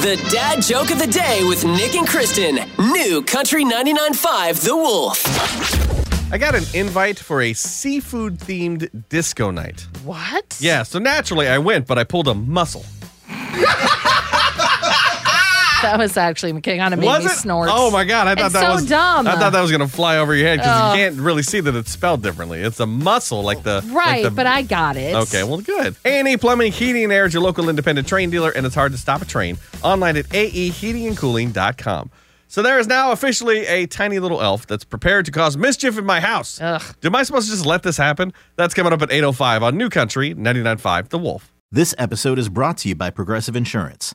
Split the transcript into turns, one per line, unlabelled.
The dad joke of the day with Nick and Kristen. New Country 99.5 The Wolf.
I got an invite for a seafood themed disco night.
What?
Yeah, so naturally I went, but I pulled a muscle.
That was actually McKing on a made me snort.
Oh my god, I thought
It's
that
so
was
dumb.
I thought that was gonna fly over your head because
Oh.
you can't really see that it's spelled differently. It's a muscle, like the like
Right,
the-
but I got it.
Okay, well, good. A&E Plumbing, Heating, and Air is your local independent train dealer, and it's hard to stop a train. Online at E aeheatingandcooling.com. So there is now officially a tiny little elf that's prepared to cause mischief in my house.
Ugh.
Am I supposed to just let this happen? That's coming up at 8.05 on New Country 99.5 The Wolf.
This episode is brought to you by Progressive Insurance.